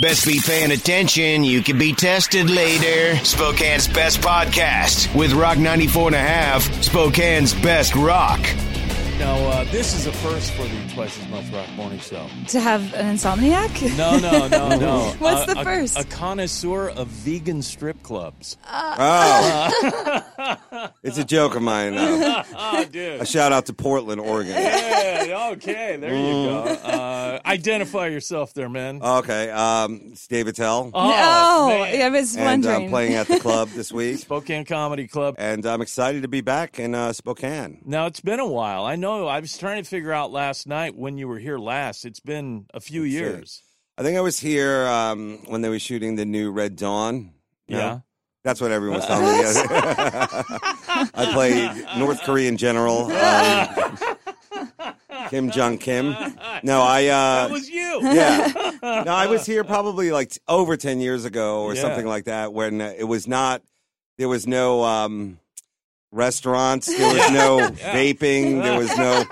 Best be paying attention. You can be tested later. Spokane's best podcast with Rock 94 and a half, Spokane's best rock. Now, uh, this is a first for the Twice as Much Rock Morning Show. To have an insomniac? No, no, no, no. What's Uh, the a- first? A, connoisseur of vegan strip clubs. Oh. it's a joke of mine. Uh, Oh, dude. a shout out to Portland, Oregon. Yeah, okay, there you go. Uh, identify yourself there, man. Okay, um, it's David Tell. Oh, no, man. I was and uh, wondering. I'm playing at the club this week. Spokane Comedy Club. And I'm excited to be back in uh, Spokane. Now, it's been a while. I know. I was trying to figure out last night when you were here last. It's been a few see. years. I think I was here um, when they were shooting the new Red Dawn. No? Yeah. That's what everyone was telling me. I played North Korean General um, Kim Jong Kim. No, I. Uh, That was you. yeah. No, I was here probably like t- over 10 years ago or Yeah. something like that when uh, it was not, there was no um, restaurants, there was no vaping, there was no.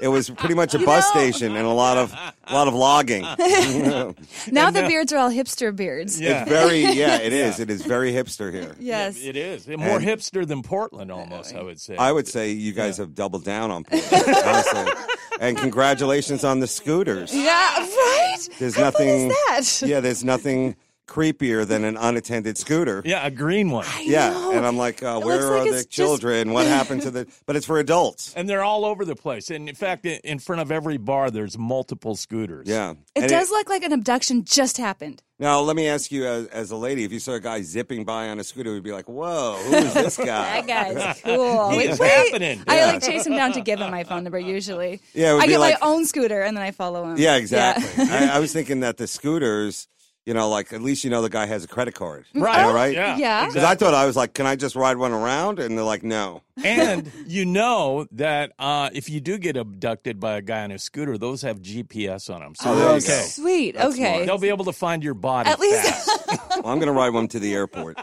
It was pretty much a bus station and a lot of a lot of logging. it's now the beards are all hipster beards. Yeah. very uh, yeah, it is. It is very hipster here. Yes. It is. More And- hipster than Portland, almost, I would say. I would say you guys have doubled down on Portland, honestly. And congratulations on the scooters. Yeah, right? There's How fun nothing is that? Yeah, there's nothing creepier than an unattended scooter. yeah, a green one. Yeah, know. and I'm like, uh, looks where like are it's the just- children? What happened to the? But it's for adults. And they're all over the place. And in fact, in in front of every bar, there's multiple scooters. Yeah, It And does look like an abduction just happened. now, let me ask you, as, as a lady, if you saw a guy zipping by on a scooter, you'd be like, "Whoa, who is this guy?" That guy's cool. Wait, is wait. happening. I Yeah. like chase him down to give him my phone number usually. Yeah, it would I be get like- my own scooter and then I follow him. yeah, exactly. I, I was thinking that the scooters, you know, like at least you know the guy has a credit card, Right. You know, right? Yeah. Yeah. Because I thought I was like, "Can I just ride one around?" And they're like, "No." And you know that uh, if you do get abducted by a guy on a scooter, those have GPS on them. So Oh, they're there you okay. Sweet. okay. They'll be able to find your body. At least- fast. Well, I'm gonna ride one to the airport.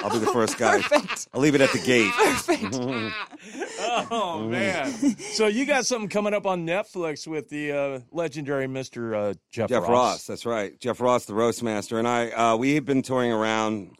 I'll be the first guy. Perfect. I'll leave it at the gate. oh man! So you got something coming up on Netflix with the uh, legendary Mister uh, Jeff, Jeff Ross. That's right. Jeff Ross, the roast master, and I. Uh, we had been touring around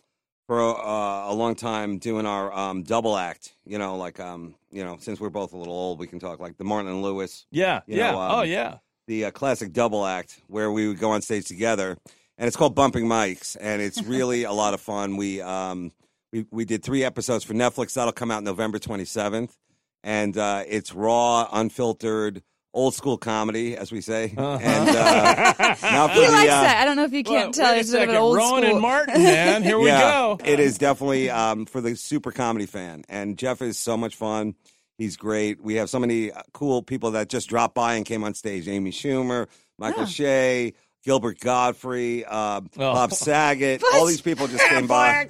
for uh, a long time doing our um, double act. You know, like um, you know, since we're both a little old, we can talk like the Martin and Lewis, Yeah, You yeah. know, um, oh yeah. the uh, classic double act where we would go on stage together, and it's called Bumping Mics, and it's really a lot of fun. We um, we we did three episodes for Netflix. That'll come out November twenty seventh, and uh, it's raw, unfiltered. Old school comedy, as we say, and uh, now for Uh-huh. he the, likes uh, that. I don't know if you Well, can't tell. wait a It's a bit of an second. old Rowan school. and Martin, man. Here we go. It is definitely um, for the super comedy fan. And Jeff is so much fun. He's great. We have so many uh, cool people that just dropped by and came on stage. Amy Schumer, Michael Shea, Gilbert Godfrey, Oh. uh, Bob Saget. All these people just came by.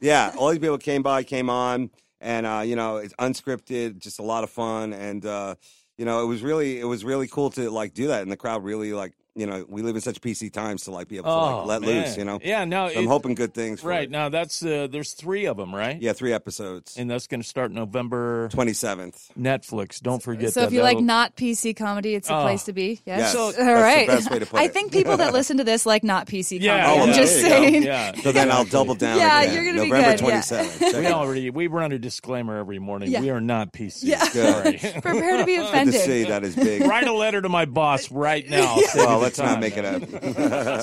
yeah, all these people came by, came on, and uh, you know, it's unscripted, just a lot of fun, and uh, you know, it was really, it was really cool to like do that, and the crowd really like. You know, we live in such PC times to like be able to Oh, like let man. loose. You know, Yeah, no, So I'm it- hoping good things. For Right it. now, that's uh, there's three of them, right? Yeah, three episodes. and that's going to start November Twenty seventh. Netflix. Don't forget. So that. if you like That'll- not PC comedy, Oh. it's a place to be. Yes. Yes. So- All That's the right. best way to put I it. think people that listen to this like not PC comedy. Yeah, Oh, I'm well, just there you go. saying. yeah, So then I'll double down. Yeah, again. you're gonna be November good, yeah. twenty seventh. We already we run a disclaimer every morning. Yeah. We are not PC. Yeah. Good. Sorry. Prepare to be Good to offended. see that is big. Write a letter to my boss right now. Save you Well, the let's not time. make it up.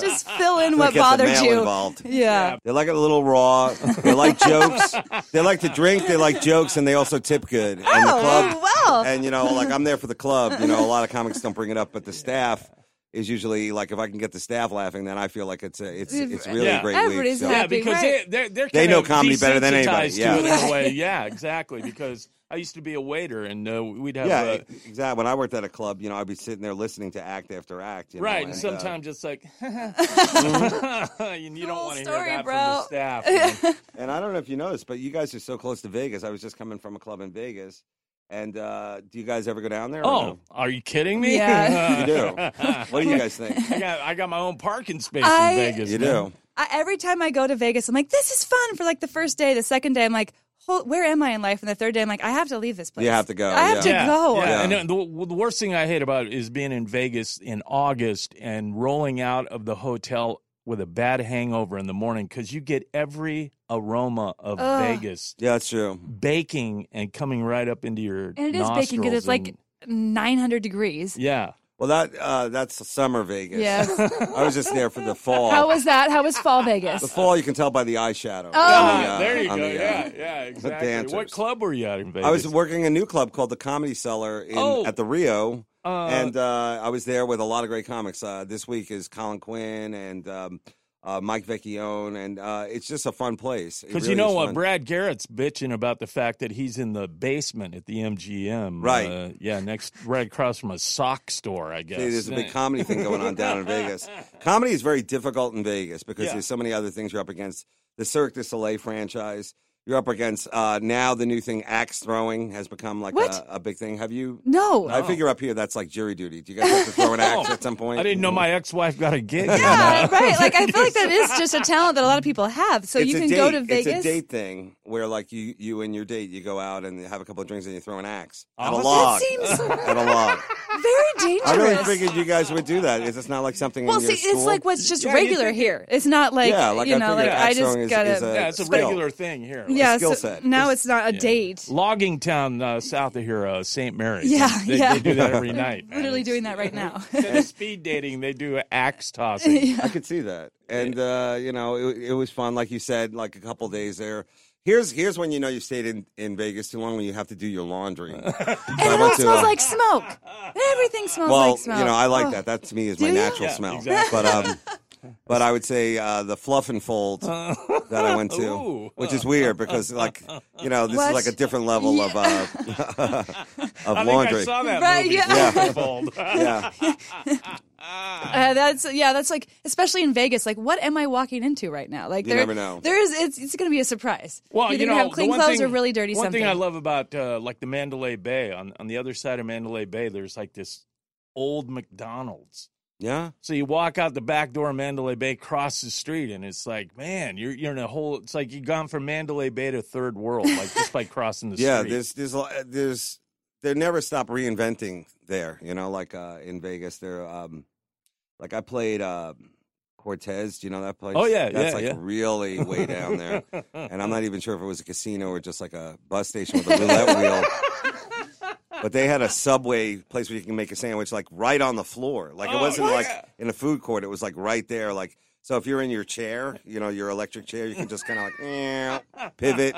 Just fill in Get what the bothered male you. Involved. Yeah. They like it a little raw. They like jokes. They like to drink. They like jokes, and they also tip good. And the club, Oh, well. and you know, like I'm there for the club. You know, a lot of comics don't bring it up, but the staff is usually like, if I can get the staff laughing, then I feel like it's a, it's it's really Yeah. a great Everybody's week. Yeah, Happy, because right. they they're, they're They kinda know comedy better than anybody, desensitized yeah. to it in a way. Yeah, exactly. Because I used to be a waiter, and uh, we'd have. yeah, uh, e- exactly. When I worked at a club, you know, I'd be sitting there listening to act after act. You know, Right, and and, uh, sometimes it's like, Mm-hmm. and you don't Cool want to hear story, that bro. from the staff. man. And I don't know if you noticed, but you guys are so close to Vegas. I was just coming from a club in Vegas. And uh, do you guys ever go down there? or oh, are you kidding me? Yeah. no? You do. what do you guys think? I got I got my own parking space I- in Vegas. You man. do. I, every time I go to Vegas, I'm like, this is fun for like the first day. The second day, I'm like, Hol where am I in life? And the third day, I'm like, I have to leave this place. You have to go, I have yeah. to go. Yeah. Yeah. And then the, the worst thing I hate about it is being in Vegas in August and rolling out of the hotel with a bad hangover in the morning because you get every aroma of Ugh. Vegas Yeah, that's true. baking and coming right up into your And it is baking nostrils because it's like and- 900 degrees. yeah. Well, that uh, that's summer Vegas. Yes. I was just there for the fall. How was that? How was fall the Vegas? fall you can tell by the eyeshadow. Oh. on the, Ah, uh, there you go. on the, uh, yeah, yeah, exactly. What dancers. club were you at in Vegas? I was working a new club called the Comedy Cellar in, Oh. at the Rio, Uh, and uh, I was there with a lot of great comics. Uh, this week is Colin Quinn and um, uh, Mike Vecchione, and uh, it's just a fun place. It Because you really know is what, fun. Brad Garrett's bitching about the fact that he's in the basement at the MGM, Right. Uh, yeah, next right across from a sock store, I guess. See, There's a big Yeah. comedy thing going on down in Vegas. Comedy is very difficult in Vegas because Yeah. there's so many other things you're up against. The Cirque du Soleil franchise. You're up against uh, now the new thing, axe throwing, has become like What? a, a big thing. Have you? No. I figure up here that's like jury duty. Do you guys have to throw an axe at some point? I didn't know my ex-wife got a gig. yeah, right. Like I feel like that is just a talent that a lot of people have. So you a can date. go to It's Vegas. a date thing where like you you and your date you go out and you have a couple of drinks and you throw an axe at a Awesome. log. Oh, That seems- at a log. Very I really dangerous. figured you guys would do that. Is it's not like something? well, in your see, it's school? like what's just Yeah, you regular think it- here. It's not like, Yeah, like you I know, figured like I axe just throwing is- gotta. is a- Yeah, it's a But- regular thing here. yeah, skill so set. now it's not a date. Logging town uh, south of here, uh, St. Mary's. Yeah, they, yeah. They do that every night. man. Literally It's- doing that right now. Instead of speed dating, they do axe tossing. I could see that, and uh, you know, it, it was fun. Like you said, like a couple days there. Here's here's when you know you stayed in, in Vegas too long when you have to do your laundry. and and it all smells like smoke. Everything smells well, like smoke. you know, I like Oh. that. That to me is Do my you? natural Yeah, smell. exactly. But um, but I would say uh, the fluff and fold that I went to, Uh, Ooh. which is weird because like you know this is What? like a different level of uh, of I think I laundry. saw that Right, movie. yeah. Fold. yeah, Uh, that's yeah. That's like especially in Vegas. Like, what am I walking into right now? Like, You there, never know. There is. It's, it's going to be a surprise. Well, You're you gonna know, have clean the one clothes thing, or really dirty One something. thing I love about uh, like the Mandalay Bay on on the other side of Mandalay Bay, there's like this old McDonald's. yeah. So you walk out the back door of Mandalay Bay, cross the street, and it's like, man, you're you're in a whole. It's like you've gone from Mandalay Bay to third world, like just by crossing the yeah street. there's there's a- there's they never stop reinventing there you know like uh in vegas they're um like i played uh cortez do you know that place Oh, yeah, that's yeah, like yeah. really way down there and i'm not even sure if it was a casino or just like a bus station with a roulette wheel but they had a subway place where you can make a sandwich like right on the floor like it Oh, wasn't yeah. like in a food court it was like right there like so if you're in your chair, you know your electric chair, you can just kind of like eh, pivot,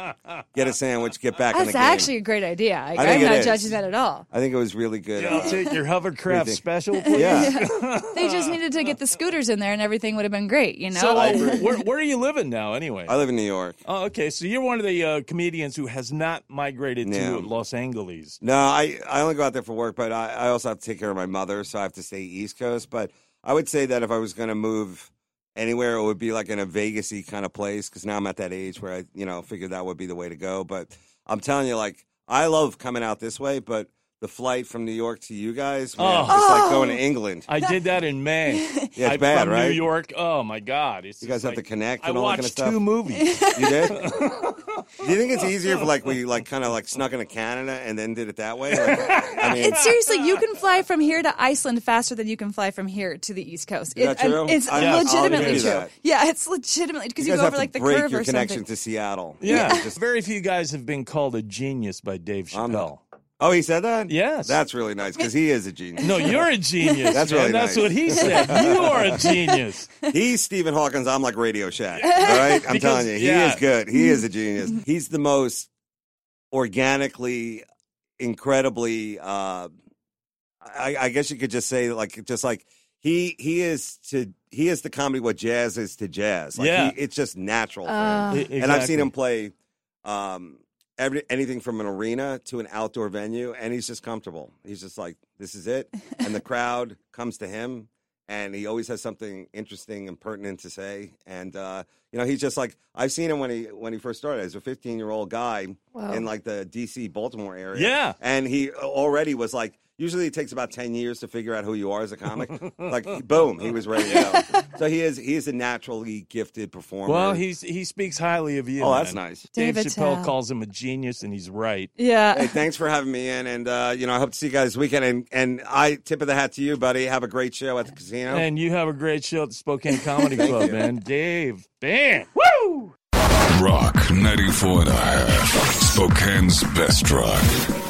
get a sandwich, get back in the That's game. actually a great idea. I, think am it not is. judging that at all. I think it was really good. I'll Uh, take your hovercraft Anything. special, please. yeah. They just needed to get the scooters in there, and everything would have been great. You know, So Like, uh, where where are you living now, anyway? I live in New York. Oh, okay. So you're one of the uh, comedians who has not migrated No. to Los Angeles. No, I, I only go out there for work, but I, I also have to take care of my mother, so I have to stay East Coast. But I would say that if I was going to move anywhere, it would be like in a Vegasy kind of place because now I'm at that age where I, you know, figured that would be the way to go. But I'm telling you, like, I love coming out this way, but the flight from New York to you guys, man, Oh. it's just like going to England. I did that in May. Yeah, it's I, bad, from right? New York. Oh my God! It's You guys just have to like- connect I and all watched that kind of stuff. two movies. You did? Do you think it's easier for like we like kind of like snuck into Canada and then did it that way? Like, I mean, it's seriously, you can fly from here to Iceland faster than you can fly from here to the East Coast. Is that It- and true? It's I- yeah, I'll legitimately agree true. that. Yeah, it's legitimately because you, guys go have over like the to break curve your or connection something. to Seattle. yeah, Just- very few guys have been called a genius by Dave I'm Chappelle. oh, he said that. Yes. that's really nice because he is a genius. No, you're a genius. That's man. really That's nice. what he said. You are a genius. he's Stephen Hawkins. I'm like Radio Shack. All right, I'm Because- telling you, he yeah. Mm-hmm. is good. He is a genius. He's the most organically, incredibly. Uh, I, I guess you could just say like just like he he is to he is to comedy what jazz is to jazz. Like Yeah. he, it's just natural. for him. Uh, E- And I've seen exactly. him play um, every, anything from an arena to an outdoor venue, and he's just comfortable. He's just like, this is it. And the crowd comes to him, and he always has something interesting and pertinent to say. And, uh, you know, he's just like, I've seen him when he, when he first started as a 15 year old guy Wow. in like the DC Baltimore area. Yeah. And he already was like, Usually it takes about 10 years to figure out who you are as a comic. like, boom, he was ready to go. so he is he is a naturally gifted performer. Well, he's he speaks highly of you. Oh, that's man. nice. Dave David Chappelle Tell. calls him a genius, and he's right. Hey, Yeah. thanks for having me in, and uh, you know I hope to see you guys this weekend. And, and I tip of the hat to you, buddy. Have a great show at the casino. And you have a great show at the Spokane Comedy Club, you. man. Dave, man, woo! Rock 94 and a half. Spokane's best rock.